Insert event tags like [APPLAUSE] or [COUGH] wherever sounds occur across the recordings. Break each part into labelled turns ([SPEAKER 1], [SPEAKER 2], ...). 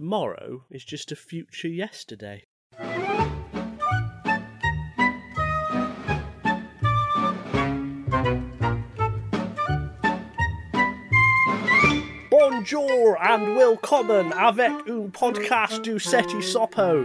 [SPEAKER 1] Tomorrow is just a future yesterday. Bonjour and willkommen avec un podcast du Seti Sopo,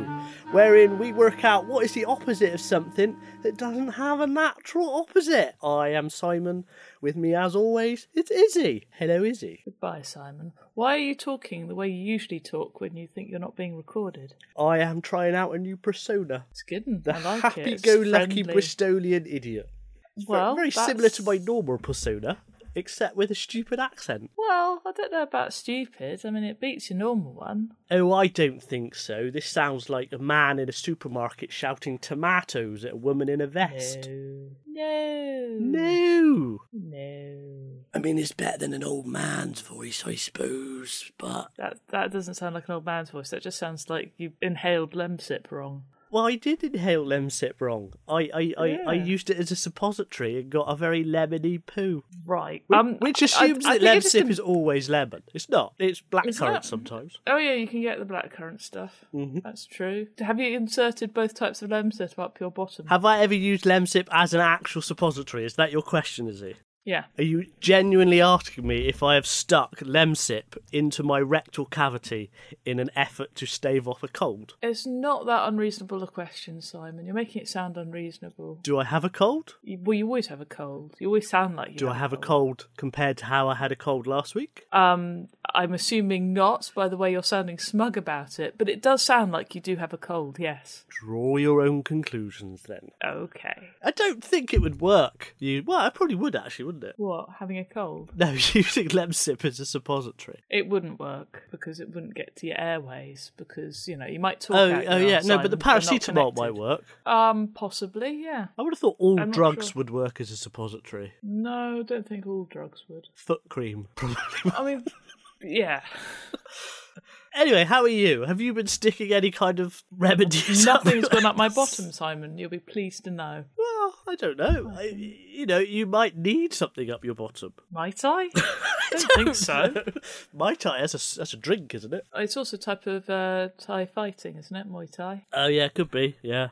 [SPEAKER 1] wherein we work out what is the opposite of something that doesn't have a natural opposite. I am Simon. With me, as always, it's Izzy. Hello, Izzy.
[SPEAKER 2] Goodbye, Simon. Why are you talking the way you usually talk when you think you're not being recorded?
[SPEAKER 1] I am trying out a new persona.
[SPEAKER 2] It's good. and
[SPEAKER 1] The
[SPEAKER 2] I like it. It's
[SPEAKER 1] happy-go-lucky
[SPEAKER 2] friendly.
[SPEAKER 1] Bristolian idiot. It's ve-
[SPEAKER 2] Well,
[SPEAKER 1] very
[SPEAKER 2] that's-
[SPEAKER 1] similar to my normal persona, except with a stupid accent.
[SPEAKER 2] Well, I don't know about stupid. I mean, it beats your normal one.
[SPEAKER 1] Oh, I don't think so. This sounds like a man in a supermarket shouting tomatoes at a woman in a vest.
[SPEAKER 2] No.
[SPEAKER 1] No.
[SPEAKER 2] No.
[SPEAKER 1] I mean, it's better than an old man's voice, I suppose, but.
[SPEAKER 2] That that doesn't sound like an old man's voice. That just sounds like you inhaled lemsip wrong.
[SPEAKER 1] Well, I did inhale Lemsip wrong. I, I, I, I
[SPEAKER 2] Yeah.
[SPEAKER 1] used it as a suppository and got a very lemony poo.
[SPEAKER 2] Right.
[SPEAKER 1] Whi-
[SPEAKER 2] um,
[SPEAKER 1] which
[SPEAKER 2] I-
[SPEAKER 1] assumes
[SPEAKER 2] I
[SPEAKER 1] that
[SPEAKER 2] think it
[SPEAKER 1] Lemsip
[SPEAKER 2] just-
[SPEAKER 1] is always lemon. It's not. It's blackcurrant
[SPEAKER 2] It's not.
[SPEAKER 1] sometimes.
[SPEAKER 2] Oh yeah, you can get the blackcurrant stuff.
[SPEAKER 1] Mm-hmm.
[SPEAKER 2] That's true. Have you inserted both types of lemsip up your bottom?
[SPEAKER 1] Have I ever used Lemsip as an actual suppository? Is that your question, is it?
[SPEAKER 2] yeah.
[SPEAKER 1] Are you genuinely asking me if I have stuck Lemsip into my rectal cavity in an effort to stave off a cold?
[SPEAKER 2] It's not that unreasonable a question, Simon. You're making it sound unreasonable.
[SPEAKER 1] Do I have a cold?
[SPEAKER 2] You, well, you always have a cold. You always sound like you.
[SPEAKER 1] Do I have a cold compared to how I had a cold last week?
[SPEAKER 2] Um, I'm assuming not, by the way you're sounding smug about it, but it does sound like you do have a cold, yes.
[SPEAKER 1] Draw your own conclusions then.
[SPEAKER 2] Okay.
[SPEAKER 1] I don't think it would work. You well, it probably would actually, wouldn't it? [LAUGHS]
[SPEAKER 2] What, having a cold?
[SPEAKER 1] No, [LAUGHS] using Lemsip as a suppository.
[SPEAKER 2] It wouldn't work because it wouldn't get to your airways because, you know, you might talk
[SPEAKER 1] Oh,
[SPEAKER 2] out your
[SPEAKER 1] oh yeah,
[SPEAKER 2] arse,
[SPEAKER 1] no, but the
[SPEAKER 2] Simon, they're not
[SPEAKER 1] paracetamol might
[SPEAKER 2] connected.
[SPEAKER 1] work.
[SPEAKER 2] Um, possibly, yeah.
[SPEAKER 1] I would have thought all
[SPEAKER 2] I'm not
[SPEAKER 1] drugs
[SPEAKER 2] sure.
[SPEAKER 1] would work as a suppository.
[SPEAKER 2] No, I don't think all drugs would.
[SPEAKER 1] Foot cream, probably. [LAUGHS]
[SPEAKER 2] I mean, yeah.
[SPEAKER 1] anyway, how are you? Have you been sticking any kind of remedies? up
[SPEAKER 2] Nothing's
[SPEAKER 1] your-
[SPEAKER 2] gone up my bottom, Simon. You'll be pleased to know.
[SPEAKER 1] [LAUGHS] Well, I don't know. I, you know, you might need something up your bottom.
[SPEAKER 2] Might [LAUGHS] I? don't think
[SPEAKER 1] [LAUGHS]
[SPEAKER 2] so.
[SPEAKER 1] Mai Tai, that's a, that's a drink, isn't it?
[SPEAKER 2] It's also a type of uh, Thai fighting, isn't it? Muay Thai.
[SPEAKER 1] Oh, yeah, could be. Yeah.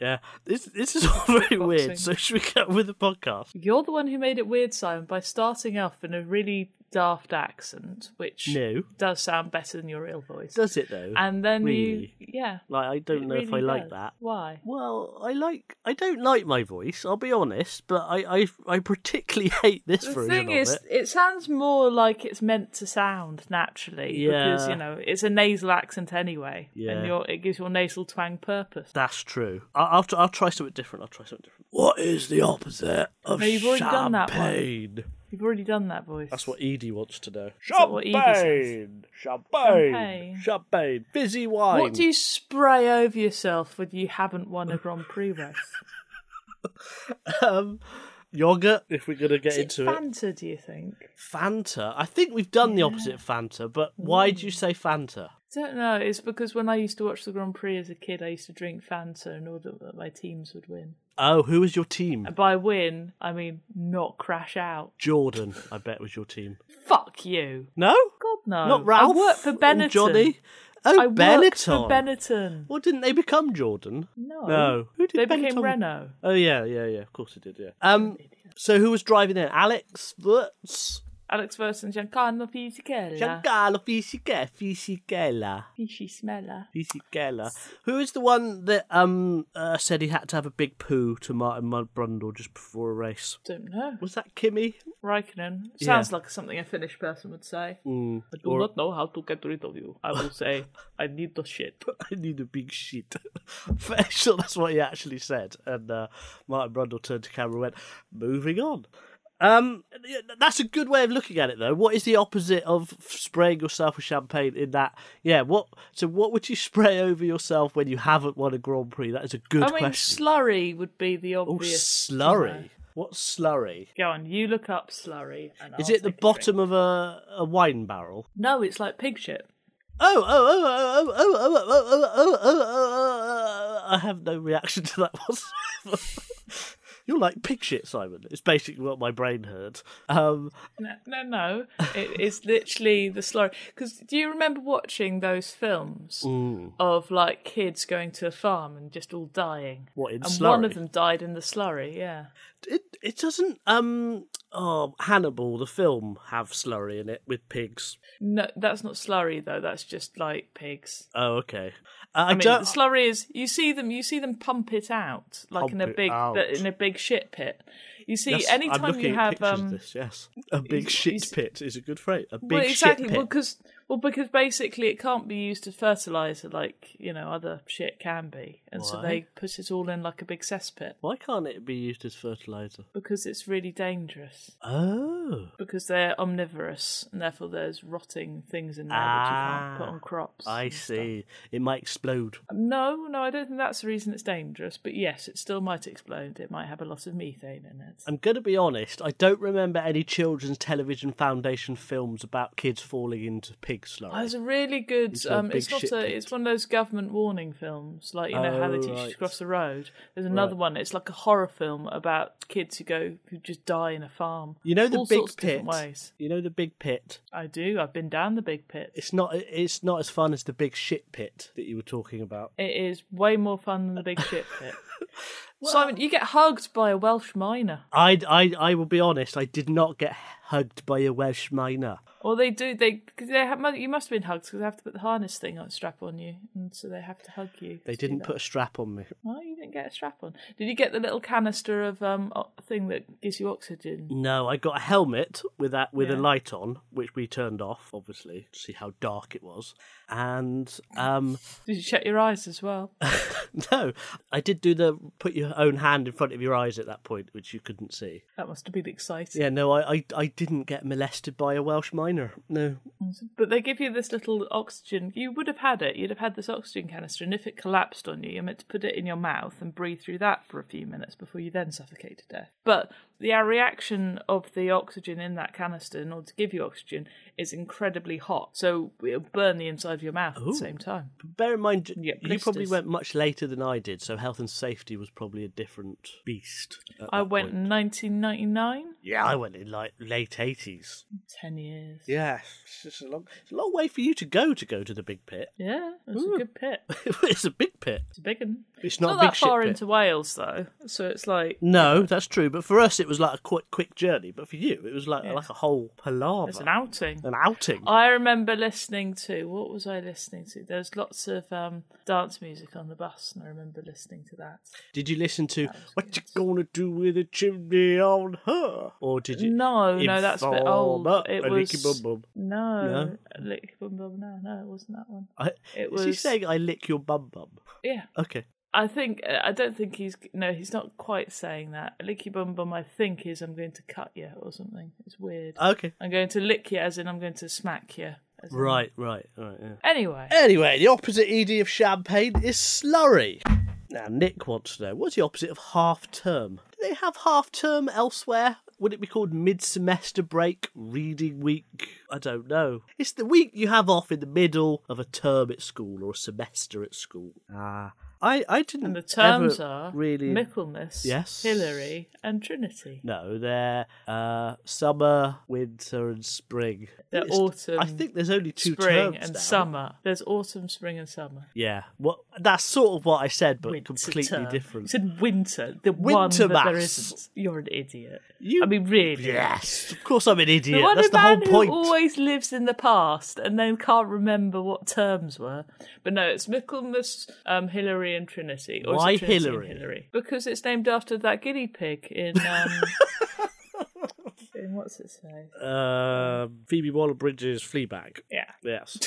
[SPEAKER 1] Yeah. This, this is all [LAUGHS] very
[SPEAKER 2] Boxing.
[SPEAKER 1] weird. So, should we get on with the podcast?
[SPEAKER 2] You're the one who made it weird, Simon, by starting off in a really daft accent, which
[SPEAKER 1] No.
[SPEAKER 2] does sound better than your real voice.
[SPEAKER 1] Does it, though?
[SPEAKER 2] and then
[SPEAKER 1] really?
[SPEAKER 2] you, yeah.
[SPEAKER 1] like, I don't
[SPEAKER 2] it
[SPEAKER 1] know if I
[SPEAKER 2] really
[SPEAKER 1] like
[SPEAKER 2] does.
[SPEAKER 1] that.
[SPEAKER 2] Why?
[SPEAKER 1] Well, I like I don't like my voice. I'll be honest, but I I, I particularly [LAUGHS] hate this
[SPEAKER 2] The
[SPEAKER 1] version
[SPEAKER 2] thing
[SPEAKER 1] of
[SPEAKER 2] is,
[SPEAKER 1] it.
[SPEAKER 2] it. sounds more like it's meant to sound naturally because
[SPEAKER 1] Yeah.
[SPEAKER 2] you know it's a nasal accent anyway,
[SPEAKER 1] Yeah.
[SPEAKER 2] and your it gives your nasal twang purpose.
[SPEAKER 1] That's true. I'll, I'll, tr- I'll try something different. I'll try something different. What is the opposite of
[SPEAKER 2] No, you've already done that one.
[SPEAKER 1] champagne?
[SPEAKER 2] You've already done that voice.
[SPEAKER 1] That's what Edie wants to know.
[SPEAKER 2] that what Edie says?
[SPEAKER 1] champagne,
[SPEAKER 2] Champagne.
[SPEAKER 1] champagne, fizzy wine.
[SPEAKER 2] What do you spray over yourself when you haven't won a Grand Prix race?
[SPEAKER 1] um, yogurt? If we're gonna get
[SPEAKER 2] Is it
[SPEAKER 1] into it,
[SPEAKER 2] Fanta, do you think?
[SPEAKER 1] Fanta. I think we've done the opposite of Fanta, but why do you say Fanta?
[SPEAKER 2] don't know. It's because when I used to watch the Grand Prix as a kid, I used to drink Fanta in order that my teams would win.
[SPEAKER 1] Oh, who was your team?
[SPEAKER 2] And by win, I mean not crash out.
[SPEAKER 1] Jordan, I bet was your team.
[SPEAKER 2] Fuck you.
[SPEAKER 1] No,
[SPEAKER 2] God no.
[SPEAKER 1] not Ralph.
[SPEAKER 2] I work for
[SPEAKER 1] or
[SPEAKER 2] Benetton.
[SPEAKER 1] Johnny. Oh,
[SPEAKER 2] I work
[SPEAKER 1] Benetton.
[SPEAKER 2] for Benetton.
[SPEAKER 1] Well, didn't they become Jordan?
[SPEAKER 2] No.
[SPEAKER 1] No. Who did
[SPEAKER 2] They became
[SPEAKER 1] Benetton-
[SPEAKER 2] Renault.
[SPEAKER 1] Oh yeah, yeah, yeah. Of course it did. Yeah. Um. So who was driving in? Alex Wurz,
[SPEAKER 2] Alex versus Giancarlo Fisichella.
[SPEAKER 1] Giancarlo Fisichella, Fisichella,
[SPEAKER 2] Fishy smeller.
[SPEAKER 1] Fisichella. Who is the one that um uh, said he had to have a big poo to Martin Mudbrundle just before a race?
[SPEAKER 2] Don't know.
[SPEAKER 1] Was that Kimmy?
[SPEAKER 2] Raikkonen.
[SPEAKER 1] Yeah.
[SPEAKER 2] Sounds like something a Finnish person would say. I do not know how to get rid of you.
[SPEAKER 1] [LAUGHS]
[SPEAKER 2] I will say, I need the shit.
[SPEAKER 1] I need a big sheet. [LAUGHS] Fair sure that's what he actually said. And uh, Martin Brundle turned to camera and went, moving on. Um, that's a good way of looking at it, though. What is the opposite of spraying yourself with champagne? In that, yeah. What? So, what would you [LAUGHS] spray over yourself when you haven't won a Grand Prix? That is a good
[SPEAKER 2] I mean,
[SPEAKER 1] question.
[SPEAKER 2] slurry would be the
[SPEAKER 1] oh,
[SPEAKER 2] obvious.
[SPEAKER 1] slurry. What's slurry?
[SPEAKER 2] Go on, you look up slurry. And
[SPEAKER 1] Is
[SPEAKER 2] I'll
[SPEAKER 1] it the
[SPEAKER 2] take a drink.
[SPEAKER 1] bottom of a, a wine barrel?
[SPEAKER 2] No, it's like pig shit.
[SPEAKER 1] Oh, oh, oh, oh, oh, oh, oh, oh, oh, oh, oh, oh, oh, oh, oh, oh, I have no reaction to that whatsoever. You're like pig shit, Simon. It's basically what my brain heard. Um,
[SPEAKER 2] No, no, no. It, it's literally the slurry. Because do you remember watching those films
[SPEAKER 1] Mm.
[SPEAKER 2] of like kids going to a farm and just all dying?
[SPEAKER 1] What, in
[SPEAKER 2] and one
[SPEAKER 1] slurry?
[SPEAKER 2] of them died in the slurry. Yeah.
[SPEAKER 1] it it doesn't. Um, oh, Hannibal the film have slurry in it with pigs.
[SPEAKER 2] No, that's not slurry though. That's just like pigs.
[SPEAKER 1] Oh, okay. Uh, I,
[SPEAKER 2] I mean,
[SPEAKER 1] don't.
[SPEAKER 2] the slurry is you see them you see them pump it out like in a
[SPEAKER 1] Pump it
[SPEAKER 2] big
[SPEAKER 1] out.
[SPEAKER 2] in a big shit pit. You see,
[SPEAKER 1] Yes, I'm
[SPEAKER 2] anytime
[SPEAKER 1] looking
[SPEAKER 2] you
[SPEAKER 1] at
[SPEAKER 2] have
[SPEAKER 1] pictures of
[SPEAKER 2] um,
[SPEAKER 1] this. Yes, a big
[SPEAKER 2] is-
[SPEAKER 1] shit
[SPEAKER 2] is-
[SPEAKER 1] pit is a good phrase. A big
[SPEAKER 2] well, exactly,
[SPEAKER 1] shit pit.
[SPEAKER 2] well, because well, because basically it can't be used as fertilizer like you know other shit can be, and so
[SPEAKER 1] Why?
[SPEAKER 2] they put it all in like a big cesspit
[SPEAKER 1] Why can't it be used as fertilizer?
[SPEAKER 2] because it's really dangerous
[SPEAKER 1] Oh,
[SPEAKER 2] because they're omnivorous and therefore there's rotting things in there that you can't put
[SPEAKER 1] Ah,
[SPEAKER 2] on crops.
[SPEAKER 1] I
[SPEAKER 2] and stuff.
[SPEAKER 1] see. It might explode.
[SPEAKER 2] No, no, I don't think that's the reason it's dangerous. But yes, it still might explode. It might have a lot of methane in it.
[SPEAKER 1] I'm going to be honest. I don't remember any children's television foundation films about kids falling into pig slurry.
[SPEAKER 2] Oh, It's a really good.
[SPEAKER 1] It's a
[SPEAKER 2] um,
[SPEAKER 1] big
[SPEAKER 2] it's not
[SPEAKER 1] shit
[SPEAKER 2] a.
[SPEAKER 1] pit.
[SPEAKER 2] It's one of those government warning films, like you know how they
[SPEAKER 1] Oh,
[SPEAKER 2] teach you
[SPEAKER 1] right.
[SPEAKER 2] to cross the road. There's another
[SPEAKER 1] Right.
[SPEAKER 2] one. It's like a horror film about kids who go who just die in a farm.
[SPEAKER 1] You know the
[SPEAKER 2] All
[SPEAKER 1] big
[SPEAKER 2] sorts of different
[SPEAKER 1] pit.
[SPEAKER 2] ways.
[SPEAKER 1] You know the big pit.
[SPEAKER 2] I do. I've been down the big pit.
[SPEAKER 1] It's not. It's not as fun as the big shit pit that you were talking about.
[SPEAKER 2] It is way more fun than the big shit
[SPEAKER 1] [LAUGHS]
[SPEAKER 2] pit. Simon, you get hugged by a Welsh miner.
[SPEAKER 1] I, I, I will be honest. I did not get hugged by a Welsh miner.
[SPEAKER 2] Or they do. They cause they have, you must have been hugged because they have to put the harness thing on strap on you, and so they have to hug you.
[SPEAKER 1] They
[SPEAKER 2] to do
[SPEAKER 1] didn't
[SPEAKER 2] that.
[SPEAKER 1] put a strap on me.
[SPEAKER 2] Oh, you didn't get a strap on. Did you get the little canister of um o- thing that gives you oxygen?
[SPEAKER 1] No, I got a helmet with that with a
[SPEAKER 2] Yeah.
[SPEAKER 1] light on, which we turned off, obviously, to see how dark it was. And um,
[SPEAKER 2] Did you shut your eyes as
[SPEAKER 1] [LAUGHS]
[SPEAKER 2] well?
[SPEAKER 1] no, I did do the put your own hand in front of your eyes at that point, which you couldn't see.
[SPEAKER 2] That must have been exciting.
[SPEAKER 1] Yeah, no, I I, I didn't get molested by a Welsh miner. No,
[SPEAKER 2] But they give you this little oxygen. You would have had it. You'd have had this oxygen canister, and if it collapsed on you, you're meant to put it in your mouth and breathe through that for a few minutes before you then suffocate to death. But the uh, reaction of the oxygen in that canister, in order to give you oxygen, is incredibly hot. So it'll burn the inside of your mouth at the same time.
[SPEAKER 1] bear in mind
[SPEAKER 2] Yeah,
[SPEAKER 1] you probably
[SPEAKER 2] blisters.
[SPEAKER 1] went much later than I did, so health and safety was probably a different beast. at
[SPEAKER 2] I
[SPEAKER 1] that
[SPEAKER 2] went
[SPEAKER 1] point.
[SPEAKER 2] in 1999.
[SPEAKER 1] Yeah, I went in like late eighties.
[SPEAKER 2] 10 years.
[SPEAKER 1] Yeah, it's just a long, it's a long way for you to go to go to the big pit. [LAUGHS]
[SPEAKER 2] Yeah, it's a good pit.
[SPEAKER 1] it's a big pit.
[SPEAKER 2] It's a big one.
[SPEAKER 1] It's not, a
[SPEAKER 2] that
[SPEAKER 1] big shit
[SPEAKER 2] far
[SPEAKER 1] pit.
[SPEAKER 2] into Wales though, so it's like
[SPEAKER 1] No, that's true. But for us, it was like a quick, quick journey. But for you, it was like like a whole palaver,
[SPEAKER 2] it's an outing.
[SPEAKER 1] an outing.
[SPEAKER 2] I remember listening to what was I listening to? There's lots of um, dance music on the bus, and I remember listening to that.
[SPEAKER 1] Did you listen to "What You Gonna Do with a Chimney on Her"? Or did you?
[SPEAKER 2] No, no, that's a bit old.
[SPEAKER 1] Informer,
[SPEAKER 2] It
[SPEAKER 1] a licky
[SPEAKER 2] was
[SPEAKER 1] bum bum.
[SPEAKER 2] no,
[SPEAKER 1] No?
[SPEAKER 2] Licky Bum Bum. No, no, it wasn't that one.
[SPEAKER 1] I,
[SPEAKER 2] It
[SPEAKER 1] is he
[SPEAKER 2] was-
[SPEAKER 1] saying "I lick your bum bum"?
[SPEAKER 2] Yeah,
[SPEAKER 1] Okay.
[SPEAKER 2] I think uh, I don't think he's no, he's not quite saying that. Licky Bum Bum, I think is I'm going to cut you or something. It's weird.
[SPEAKER 1] Okay.
[SPEAKER 2] I'm going to lick you, as in I'm going to smack you. as in-
[SPEAKER 1] Right. Eh, Right. Right. Yeah.
[SPEAKER 2] Anyway,
[SPEAKER 1] Anyway, the opposite ed of champagne is slurry. Now, Nick wants to know what's the opposite of half term? Do they have half term elsewhere? Would it be called mid semester break, reading week? I don't know. It's the week you have off in the middle of a term at school or a semester at school. Ah. I, I didn't.
[SPEAKER 2] and the terms
[SPEAKER 1] ever
[SPEAKER 2] are
[SPEAKER 1] Really.
[SPEAKER 2] Michaelmas,
[SPEAKER 1] Yes.
[SPEAKER 2] Hillary, and Trinity.
[SPEAKER 1] no, they're uh, summer, winter, and spring.
[SPEAKER 2] They're
[SPEAKER 1] It's-
[SPEAKER 2] autumn,
[SPEAKER 1] I think there's only two
[SPEAKER 2] spring
[SPEAKER 1] terms
[SPEAKER 2] and
[SPEAKER 1] now.
[SPEAKER 2] summer. There's autumn, spring, and summer.
[SPEAKER 1] Yeah, well, that's sort of what I said, but
[SPEAKER 2] Winter
[SPEAKER 1] completely
[SPEAKER 2] term. You [LAUGHS]
[SPEAKER 1] different.
[SPEAKER 2] said winter, the one
[SPEAKER 1] Winter
[SPEAKER 2] that there
[SPEAKER 1] mass.
[SPEAKER 2] isn't. You're an idiot.
[SPEAKER 1] You-
[SPEAKER 2] I mean, really.
[SPEAKER 1] Yes, of course I'm an idiot.
[SPEAKER 2] The one
[SPEAKER 1] that's the
[SPEAKER 2] man
[SPEAKER 1] whole point.
[SPEAKER 2] who always lives in the past and then can't remember what terms were. But no, it's Michaelmas, um, Hillary, and Trinity. Or is it
[SPEAKER 1] Why
[SPEAKER 2] Trinity and
[SPEAKER 1] Hillary?
[SPEAKER 2] Hillary? Because it's named after that guinea pig in.
[SPEAKER 1] [LAUGHS]
[SPEAKER 2] Um, in what's it say?
[SPEAKER 1] Uh, Phoebe Waller-Bridge's Fleabag.
[SPEAKER 2] Yeah. [LAUGHS]
[SPEAKER 1] Yes,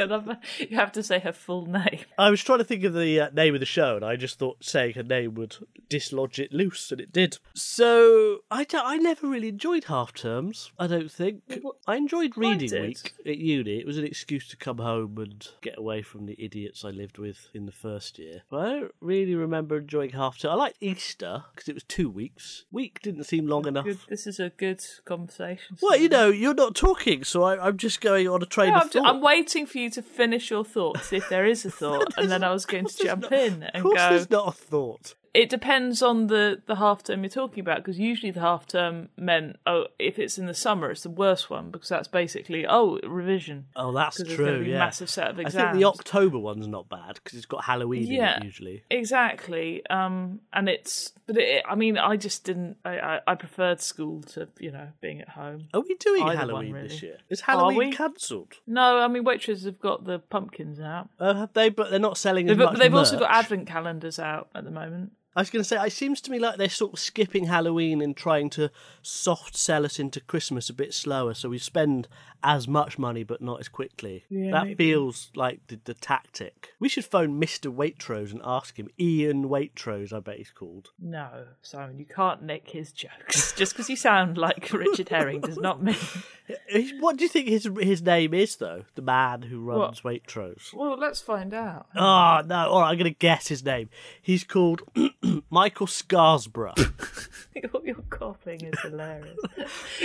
[SPEAKER 2] And I'm- you have to say her full name.
[SPEAKER 1] I was trying to think of the uh, name of the show, and I just thought saying her name would dislodge it loose, and it did. So I, don't- I never really enjoyed half terms. I don't think I enjoyed reading
[SPEAKER 2] did.
[SPEAKER 1] week at uni. It was an excuse to come home and get away from the idiots I lived with in the first year. But I don't really remember enjoying half term. I liked Easter because it was two weeks. Week didn't seem long enough.
[SPEAKER 2] Good, this is a good conversation.
[SPEAKER 1] Well, Oh. you know, you're not talking, so I, I'm just going on a train
[SPEAKER 2] No,
[SPEAKER 1] of
[SPEAKER 2] I'm, ju-
[SPEAKER 1] thought.
[SPEAKER 2] I'm waiting for you to
[SPEAKER 1] [LAUGHS]
[SPEAKER 2] finish your thoughts if there is a thought, and then I was going to
[SPEAKER 1] There's
[SPEAKER 2] jump
[SPEAKER 1] not-
[SPEAKER 2] in and
[SPEAKER 1] Of course,
[SPEAKER 2] go.
[SPEAKER 1] there's not a thought.
[SPEAKER 2] it depends on the, the half term you're talking about because usually the half term meant oh if it's in the summer it's the worst one because that's basically oh revision
[SPEAKER 1] Oh, that's
[SPEAKER 2] 'Cause there's gonna
[SPEAKER 1] true.
[SPEAKER 2] be
[SPEAKER 1] Yeah,
[SPEAKER 2] massive set of
[SPEAKER 1] I think the
[SPEAKER 2] exams.
[SPEAKER 1] October one's not bad because it's got Halloween in
[SPEAKER 2] Yeah.
[SPEAKER 1] it usually.
[SPEAKER 2] exactly um and it's but it, I mean I just didn't I, I I preferred school to you know being at home
[SPEAKER 1] Are we doing
[SPEAKER 2] Either
[SPEAKER 1] Halloween
[SPEAKER 2] one,
[SPEAKER 1] this
[SPEAKER 2] really.
[SPEAKER 1] year? Is Halloween
[SPEAKER 2] we?
[SPEAKER 1] cancelled?
[SPEAKER 2] no I mean waitresses have got the pumpkins out
[SPEAKER 1] Uh, have they? But they're not selling
[SPEAKER 2] they've,
[SPEAKER 1] as much.
[SPEAKER 2] but they've also got
[SPEAKER 1] merch.
[SPEAKER 2] advent calendars out at the moment
[SPEAKER 1] I was going to say, it seems to me like they're sort of skipping Halloween and trying to soft sell us into Christmas a bit slower, so we spend as much money but not as quickly.
[SPEAKER 2] Yeah,
[SPEAKER 1] that
[SPEAKER 2] maybe.
[SPEAKER 1] feels like the, the tactic. We should phone Mr. Waitrose and ask him. Ian Waitrose, I bet he's called.
[SPEAKER 2] no Simon you can't nick his jokes [LAUGHS] just because you sound like Richard Herring does not
[SPEAKER 1] [LAUGHS]
[SPEAKER 2] mean
[SPEAKER 1] He's- What do you think his his name is though? The man who runs Waitrose.
[SPEAKER 2] well let's find out
[SPEAKER 1] Oh no! All right, I'm going to guess his name. He's called [CLEARS THROAT] Michael
[SPEAKER 2] [LAUGHS]
[SPEAKER 1] Scarsborough.
[SPEAKER 2] What you're coughing is [LAUGHS] hilarious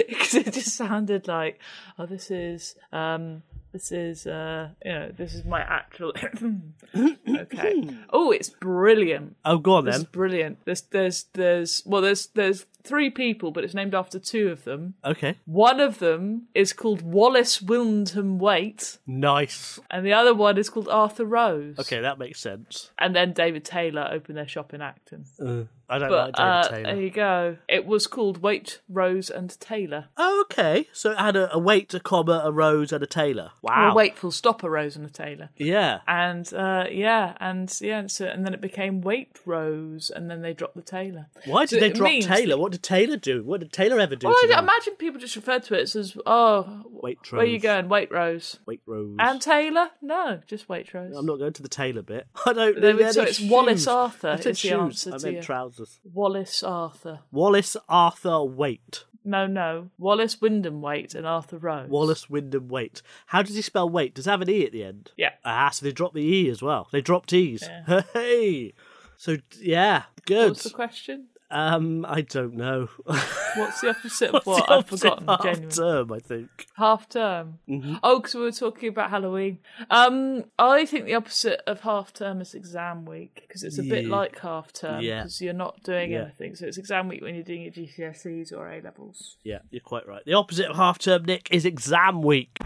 [SPEAKER 2] because it just sounded like, oh, this is, um, this is, uh, you know, this is my actual. [LAUGHS] okay. Oh, it's brilliant.
[SPEAKER 1] oh, go on
[SPEAKER 2] It's
[SPEAKER 1] then.
[SPEAKER 2] brilliant. There's, there's, there's, well, there's, there's three people, but it's named after two of them.
[SPEAKER 1] Okay,
[SPEAKER 2] One of them is called Wallace Windham Waite,
[SPEAKER 1] nice.
[SPEAKER 2] and the other one is called Arthur Rose.
[SPEAKER 1] Okay, that makes sense.
[SPEAKER 2] And then David Taylor opened their shop in Acton.
[SPEAKER 1] Uh, I don't like David
[SPEAKER 2] But uh,
[SPEAKER 1] Taylor.
[SPEAKER 2] there you go. It was called Wait, Rose and Taylor.
[SPEAKER 1] Oh, okay. So it had a, a wait, a comma, a rose, and a tailor. Wow.
[SPEAKER 2] Well, Waitful Stop arose in the Taylor.
[SPEAKER 1] Yeah.
[SPEAKER 2] And uh, yeah, and yeah, so, and then it became Wait Rose, and then they dropped the Taylor.
[SPEAKER 1] Why did
[SPEAKER 2] So
[SPEAKER 1] they
[SPEAKER 2] it
[SPEAKER 1] drop
[SPEAKER 2] means-
[SPEAKER 1] Taylor? What did Taylor do? What did Taylor ever do?
[SPEAKER 2] Well,
[SPEAKER 1] to
[SPEAKER 2] I
[SPEAKER 1] them?
[SPEAKER 2] imagine people just referred to it as, oh,
[SPEAKER 1] Waitrose.
[SPEAKER 2] where you going? Wait Rose.
[SPEAKER 1] Wait, rose.
[SPEAKER 2] And Taylor? No, just Wait Rose.
[SPEAKER 1] I'm not going to the tailor bit. [LAUGHS] I don't.
[SPEAKER 2] They
[SPEAKER 1] know.
[SPEAKER 2] would-
[SPEAKER 1] They're
[SPEAKER 2] so
[SPEAKER 1] the
[SPEAKER 2] it's Wallace
[SPEAKER 1] shoes.
[SPEAKER 2] Arthur
[SPEAKER 1] I said
[SPEAKER 2] is the
[SPEAKER 1] shoes.
[SPEAKER 2] answer
[SPEAKER 1] I
[SPEAKER 2] to
[SPEAKER 1] meant
[SPEAKER 2] you.
[SPEAKER 1] trousers.
[SPEAKER 2] Wallace Arthur.
[SPEAKER 1] Wallace Arthur Wait.
[SPEAKER 2] No, no. Wallace Wyndham Wait and Arthur Rose.
[SPEAKER 1] Wallace Wyndham Wait. How does he spell Wait? Does it have an e at the end?
[SPEAKER 2] Yeah.
[SPEAKER 1] Ah, so they dropped the e as well. They dropped e's. [LAUGHS] Hey. So yeah, good.
[SPEAKER 2] What's the question?
[SPEAKER 1] Um, I don't know.
[SPEAKER 2] What's the opposite of
[SPEAKER 1] What's [LAUGHS]
[SPEAKER 2] what?
[SPEAKER 1] the
[SPEAKER 2] I've
[SPEAKER 1] opposite
[SPEAKER 2] forgotten.
[SPEAKER 1] half
[SPEAKER 2] genuinely.
[SPEAKER 1] term, I think.
[SPEAKER 2] Half term.
[SPEAKER 1] Mm-hmm.
[SPEAKER 2] Oh, because we were talking about Halloween. Um, I think the opposite of half term is exam week because it's a bit
[SPEAKER 1] Yeah.
[SPEAKER 2] like half term
[SPEAKER 1] Yeah.
[SPEAKER 2] because you're not doing
[SPEAKER 1] Yeah.
[SPEAKER 2] anything. So it's exam week when you're doing your GCSEs or A levels.
[SPEAKER 1] Yeah, you're quite right. The opposite of half term, Nick, is exam week.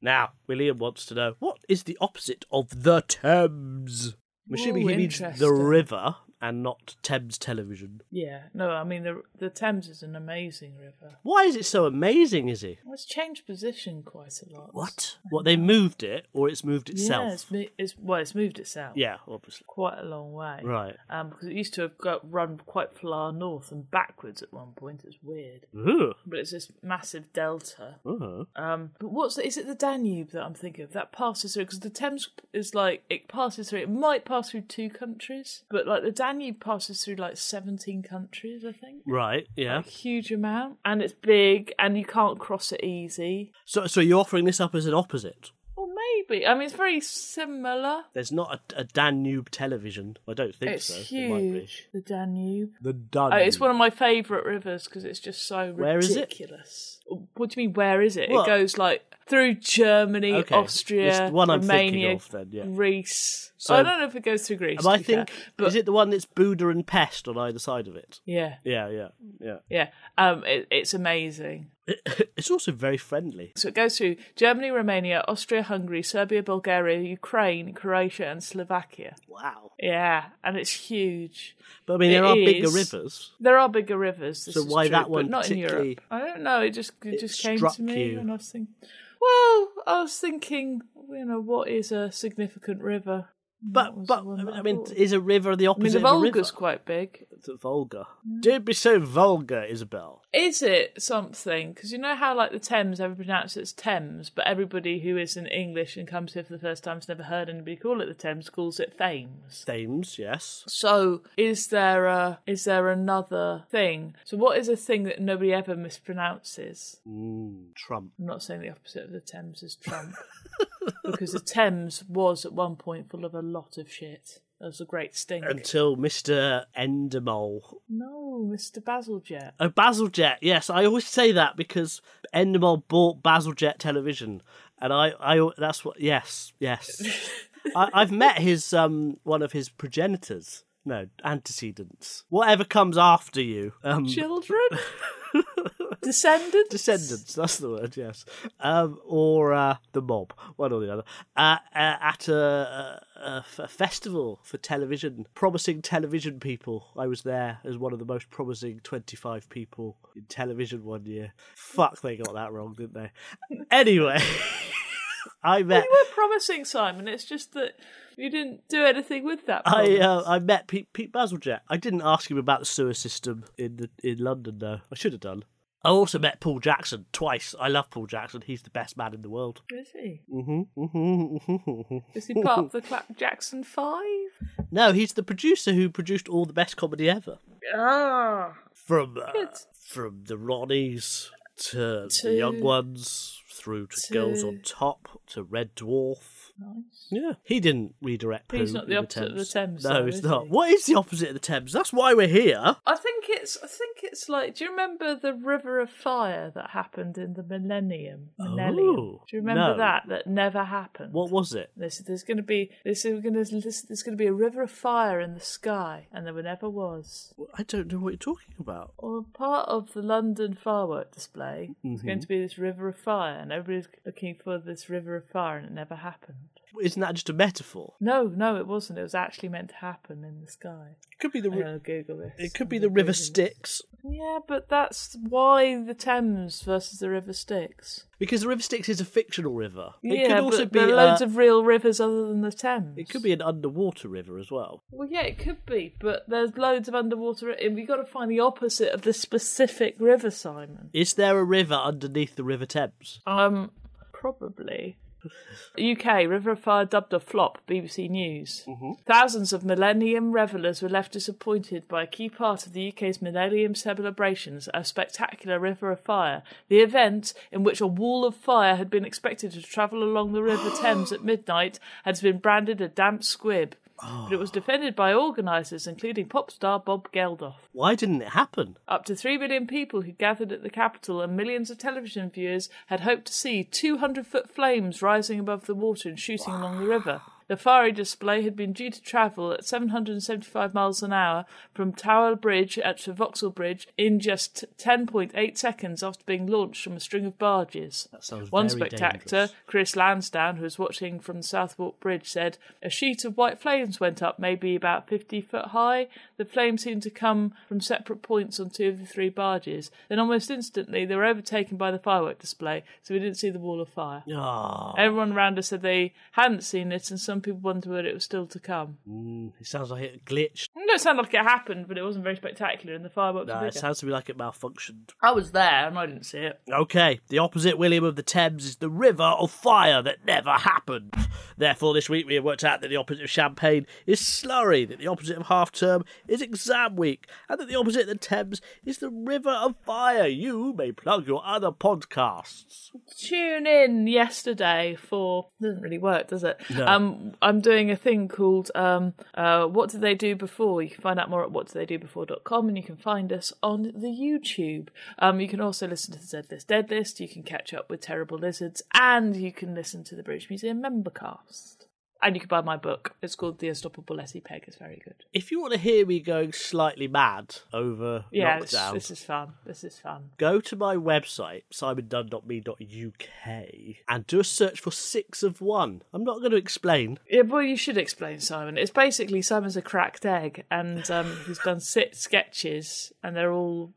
[SPEAKER 1] Now, William wants to know what is the opposite of the Thames? I'm assuming
[SPEAKER 2] Ooh,
[SPEAKER 1] he means the
[SPEAKER 2] interesting.
[SPEAKER 1] river and not Thames television.
[SPEAKER 2] Yeah. No, I mean the the Thames is an amazing river.
[SPEAKER 1] Why is it so amazing, is he?
[SPEAKER 2] Well, it's changed position quite a lot.
[SPEAKER 1] What? What, they moved it or it's moved
[SPEAKER 2] Yeah,
[SPEAKER 1] itself?
[SPEAKER 2] it's, mo- it's well, it's moved itself.
[SPEAKER 1] Yeah, obviously.
[SPEAKER 2] Quite a long way.
[SPEAKER 1] Right.
[SPEAKER 2] Um, because it used to have got run quite far north and backwards at one point. It's weird,
[SPEAKER 1] Ooh.
[SPEAKER 2] but it's this massive delta.
[SPEAKER 1] Uh-huh.
[SPEAKER 2] Um, but what's the, is it the Danube that I'm thinking of that passes through? Because the Thames is like it passes through. It might pass through two countries, but like the Danube passes through like 17 countries, I think.
[SPEAKER 1] Right, yeah.
[SPEAKER 2] A huge amount, and it's big, and you can't cross it easy.
[SPEAKER 1] So, so you're offering this up as an opposite?
[SPEAKER 2] Or maybe I mean it's very similar.
[SPEAKER 1] There's not a, a Danube television. I don't think
[SPEAKER 2] It's
[SPEAKER 1] so. It might be.
[SPEAKER 2] huge. The Danube.
[SPEAKER 1] The Danube.
[SPEAKER 2] Oh, it's one of my favourite rivers because it's just so
[SPEAKER 1] Where is it?
[SPEAKER 2] ridiculous. What do you mean? Where is it?
[SPEAKER 1] Well-
[SPEAKER 2] It goes like through Germany,
[SPEAKER 1] Okay,
[SPEAKER 2] Austria,
[SPEAKER 1] it's the one I'm thinking
[SPEAKER 2] Romania,
[SPEAKER 1] of then, yeah.
[SPEAKER 2] Greece.
[SPEAKER 1] So-
[SPEAKER 2] I don't know if it goes through Greece.
[SPEAKER 1] Am I
[SPEAKER 2] to be fair,
[SPEAKER 1] think
[SPEAKER 2] but
[SPEAKER 1] is it the one that's Buddha and Pest on either side of it?
[SPEAKER 2] yeah,
[SPEAKER 1] Yeah, yeah, yeah. [COUGHS]
[SPEAKER 2] yeah. Um, it, it's amazing.
[SPEAKER 1] It, it's also very friendly.
[SPEAKER 2] So it goes through Germany, Romania, Austria, Hungary, Serbia, Bulgaria, Ukraine, Croatia, and Slovakia.
[SPEAKER 1] Wow.
[SPEAKER 2] Yeah, and it's huge.
[SPEAKER 1] But I mean,
[SPEAKER 2] It
[SPEAKER 1] there are bigger
[SPEAKER 2] is.
[SPEAKER 1] rivers.
[SPEAKER 2] There are bigger rivers. This
[SPEAKER 1] So
[SPEAKER 2] is
[SPEAKER 1] why
[SPEAKER 2] true,
[SPEAKER 1] that
[SPEAKER 2] but
[SPEAKER 1] one
[SPEAKER 2] Not in Europe.
[SPEAKER 1] particularly-
[SPEAKER 2] I don't know. It just it, just came
[SPEAKER 1] struck
[SPEAKER 2] to me,
[SPEAKER 1] you?
[SPEAKER 2] and I was thinking. Well, I was thinking, you know, what is a significant river?
[SPEAKER 1] But
[SPEAKER 2] was
[SPEAKER 1] but
[SPEAKER 2] the one that
[SPEAKER 1] I
[SPEAKER 2] I
[SPEAKER 1] mean,
[SPEAKER 2] thought.
[SPEAKER 1] is a river the
[SPEAKER 2] I mean,
[SPEAKER 1] opposite
[SPEAKER 2] the
[SPEAKER 1] of a river?
[SPEAKER 2] Volga's quite big.
[SPEAKER 1] It's a vulgar. Don't be so vulgar, Isabel.
[SPEAKER 2] Is it something? Because you know how, like, the Thames, everybody pronounces it as Thames, but everybody who isn't English and comes here for the first time has never heard anybody call it the Thames, calls it Thames.
[SPEAKER 1] Thames, yes.
[SPEAKER 2] So, is there a is there another thing? So, what is a thing that nobody ever mispronounces?
[SPEAKER 1] Mm, Trump.
[SPEAKER 2] I'm not saying the opposite of the Thames is Trump, because the Thames was at one point full of a lot of shit. That was a great stink.
[SPEAKER 1] Until Mr. Endemol.
[SPEAKER 2] no, Mr. Bazalgette.
[SPEAKER 1] [LAUGHS] Oh, Basiljet, yes. I always say that because Endemol bought Basiljet Television. And I, I, that's what, yes, yes. I, I've met his, um, one of his progenitors. No, antecedents. Whatever comes after you. Um,
[SPEAKER 2] Children? Descendants?
[SPEAKER 1] descendants [LAUGHS] that's the word yes um or uh the mob one or the other uh, uh at a, a, a festival for television promising television people i was there as one of the most promising 25 people in television one year fuck they got that wrong didn't they anyway [LAUGHS] i met
[SPEAKER 2] You were promising, Simon. It's just that you didn't do anything with that.
[SPEAKER 1] I
[SPEAKER 2] promise.
[SPEAKER 1] uh, I met Pete, Pete Bazalgette. I didn't ask him about the sewer system in the, in London though. I should have done. I also met Paul Jackson twice. I love Paul Jackson. He's the best man in the world.
[SPEAKER 2] Is he?
[SPEAKER 1] Mm-hmm.
[SPEAKER 2] Is he part of the Clap Jackson Five?
[SPEAKER 1] no, he's the producer who produced all the best comedy ever,
[SPEAKER 2] Ah.
[SPEAKER 1] from uh,
[SPEAKER 2] Good.
[SPEAKER 1] from the Ronnies to, the
[SPEAKER 2] To-
[SPEAKER 1] Young Ones, through to,
[SPEAKER 2] to-
[SPEAKER 1] Girls on Top to Red Dwarf.
[SPEAKER 2] Nice.
[SPEAKER 1] Yeah, he didn't redirect.
[SPEAKER 2] He's
[SPEAKER 1] poo
[SPEAKER 2] not the
[SPEAKER 1] in
[SPEAKER 2] opposite of the Thames,
[SPEAKER 1] No,
[SPEAKER 2] though,
[SPEAKER 1] it's
[SPEAKER 2] is
[SPEAKER 1] not.
[SPEAKER 2] he?
[SPEAKER 1] What is the opposite of the Thames? That's why we're here.
[SPEAKER 2] I think it's I think it's like do you remember the River of Fire that happened in the Millennium? Millennium.
[SPEAKER 1] Oh,
[SPEAKER 2] do you remember
[SPEAKER 1] no.
[SPEAKER 2] that? That never happened.
[SPEAKER 1] What was it?
[SPEAKER 2] There's, there's going to be there's going to there's going to be a river of fire in the sky, and there never was.
[SPEAKER 1] I don't know what you're talking about.
[SPEAKER 2] Well, part of the London firework display is
[SPEAKER 1] Mm-hmm.
[SPEAKER 2] going to be this river of fire, and everybody's looking for this river of fire, and it never happened.
[SPEAKER 1] Isn't that just a metaphor?
[SPEAKER 2] No, no, it wasn't. It was actually meant to happen in the sky.
[SPEAKER 1] It could be the
[SPEAKER 2] I'm gonna Google this.
[SPEAKER 1] it could be
[SPEAKER 2] I'm
[SPEAKER 1] the
[SPEAKER 2] gonna
[SPEAKER 1] River
[SPEAKER 2] Google this.
[SPEAKER 1] Styx
[SPEAKER 2] Yeah, but that's why the Thames versus the River Styx.
[SPEAKER 1] because the River Styx is a fictional river. It
[SPEAKER 2] yeah,
[SPEAKER 1] could also
[SPEAKER 2] but
[SPEAKER 1] be
[SPEAKER 2] there are
[SPEAKER 1] uh,
[SPEAKER 2] loads of real rivers other than the Thames.
[SPEAKER 1] it could be an underwater river as well.
[SPEAKER 2] Well, yeah, it could be, but there's loads of underwater. And we've got to find the opposite of the specific river, Simon.
[SPEAKER 1] Is there a river underneath the River Thames?
[SPEAKER 2] Um, probably. UK River of Fire dubbed a flop. BBC News. Thousands of Millennium revelers were left disappointed by a key part of the UK's Millennium celebrations, a spectacular River of Fire. The event, in which a wall of fire had been expected to travel along the River Thames at midnight, has been branded a damp squib. But it was defended by organisers, including pop star Bob Geldof.
[SPEAKER 1] Why didn't it happen?
[SPEAKER 2] Up to 3 million people who gathered at the capital and millions of television viewers had hoped to see 200 foot flames rising above the water and shooting along the river. The fiery display had been due to travel at 775 miles an hour from Tower Bridge at to Vauxhall Bridge in just 10.8 seconds after being launched from a string of barges. That
[SPEAKER 1] sounds
[SPEAKER 2] One
[SPEAKER 1] very
[SPEAKER 2] spectator,
[SPEAKER 1] dangerous.
[SPEAKER 2] Chris Lansdowne, who was watching from the Southwark Bridge, said, A sheet of white flames went up, maybe about 50 foot high. The flames seemed to come from separate points on two of the three barges. Then, almost instantly, they were overtaken by the firework display, so we didn't see the wall of fire.
[SPEAKER 1] Ah,
[SPEAKER 2] Everyone around us said they hadn't seen it, and some people wondered whether it was still to come.
[SPEAKER 1] it sounds like it glitched.
[SPEAKER 2] It doesn't sound like it happened, but it wasn't very spectacular, and the fireworks
[SPEAKER 1] Nah,
[SPEAKER 2] were
[SPEAKER 1] it
[SPEAKER 2] bigger.
[SPEAKER 1] sounds to me like it malfunctioned.
[SPEAKER 2] I was there, and I didn't see it.
[SPEAKER 1] Okay, the opposite William of the Thames is the river of fire that never happened. Therefore, this week we have worked out that the opposite of champagne is slurry, that the opposite of half term is exam week, and that the opposite of the Thames is the river of fire. You may plug your other podcasts.
[SPEAKER 2] tune in yesterday for doesn't really work does it um i'm doing a thing called um uh what did they do before you can find out more at whatdidtheydobefore.com and you can find us on the youtube um you can also listen to the dead list dead list you can catch up with terrible lizards and you can listen to the british museum membercast and you can buy my book it's called the unstoppable letty peg it's very good
[SPEAKER 1] If you want to hear me going slightly mad over
[SPEAKER 2] yeah it's-
[SPEAKER 1] lockdown,
[SPEAKER 2] this is fun this is fun
[SPEAKER 1] go to my website simondunn.me.uk and do a search for six of one. I'm not going to explain.
[SPEAKER 2] Yeah, well, you should explain, Simon. It's basically Simon's a cracked egg, and um, he's done six sketches, and they're all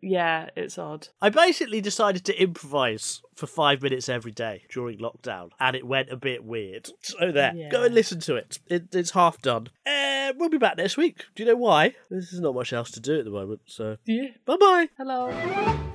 [SPEAKER 2] yeah, it's odd.
[SPEAKER 1] I basically decided to improvise for five minutes every day during lockdown, and it went a bit weird. So there, go
[SPEAKER 2] Yeah.
[SPEAKER 1] and listen to it. it it's half done. Uh, we'll be back next week. Do you know why? There's not much else to do at the moment, so
[SPEAKER 2] Yeah.
[SPEAKER 1] bye bye.
[SPEAKER 2] Hello.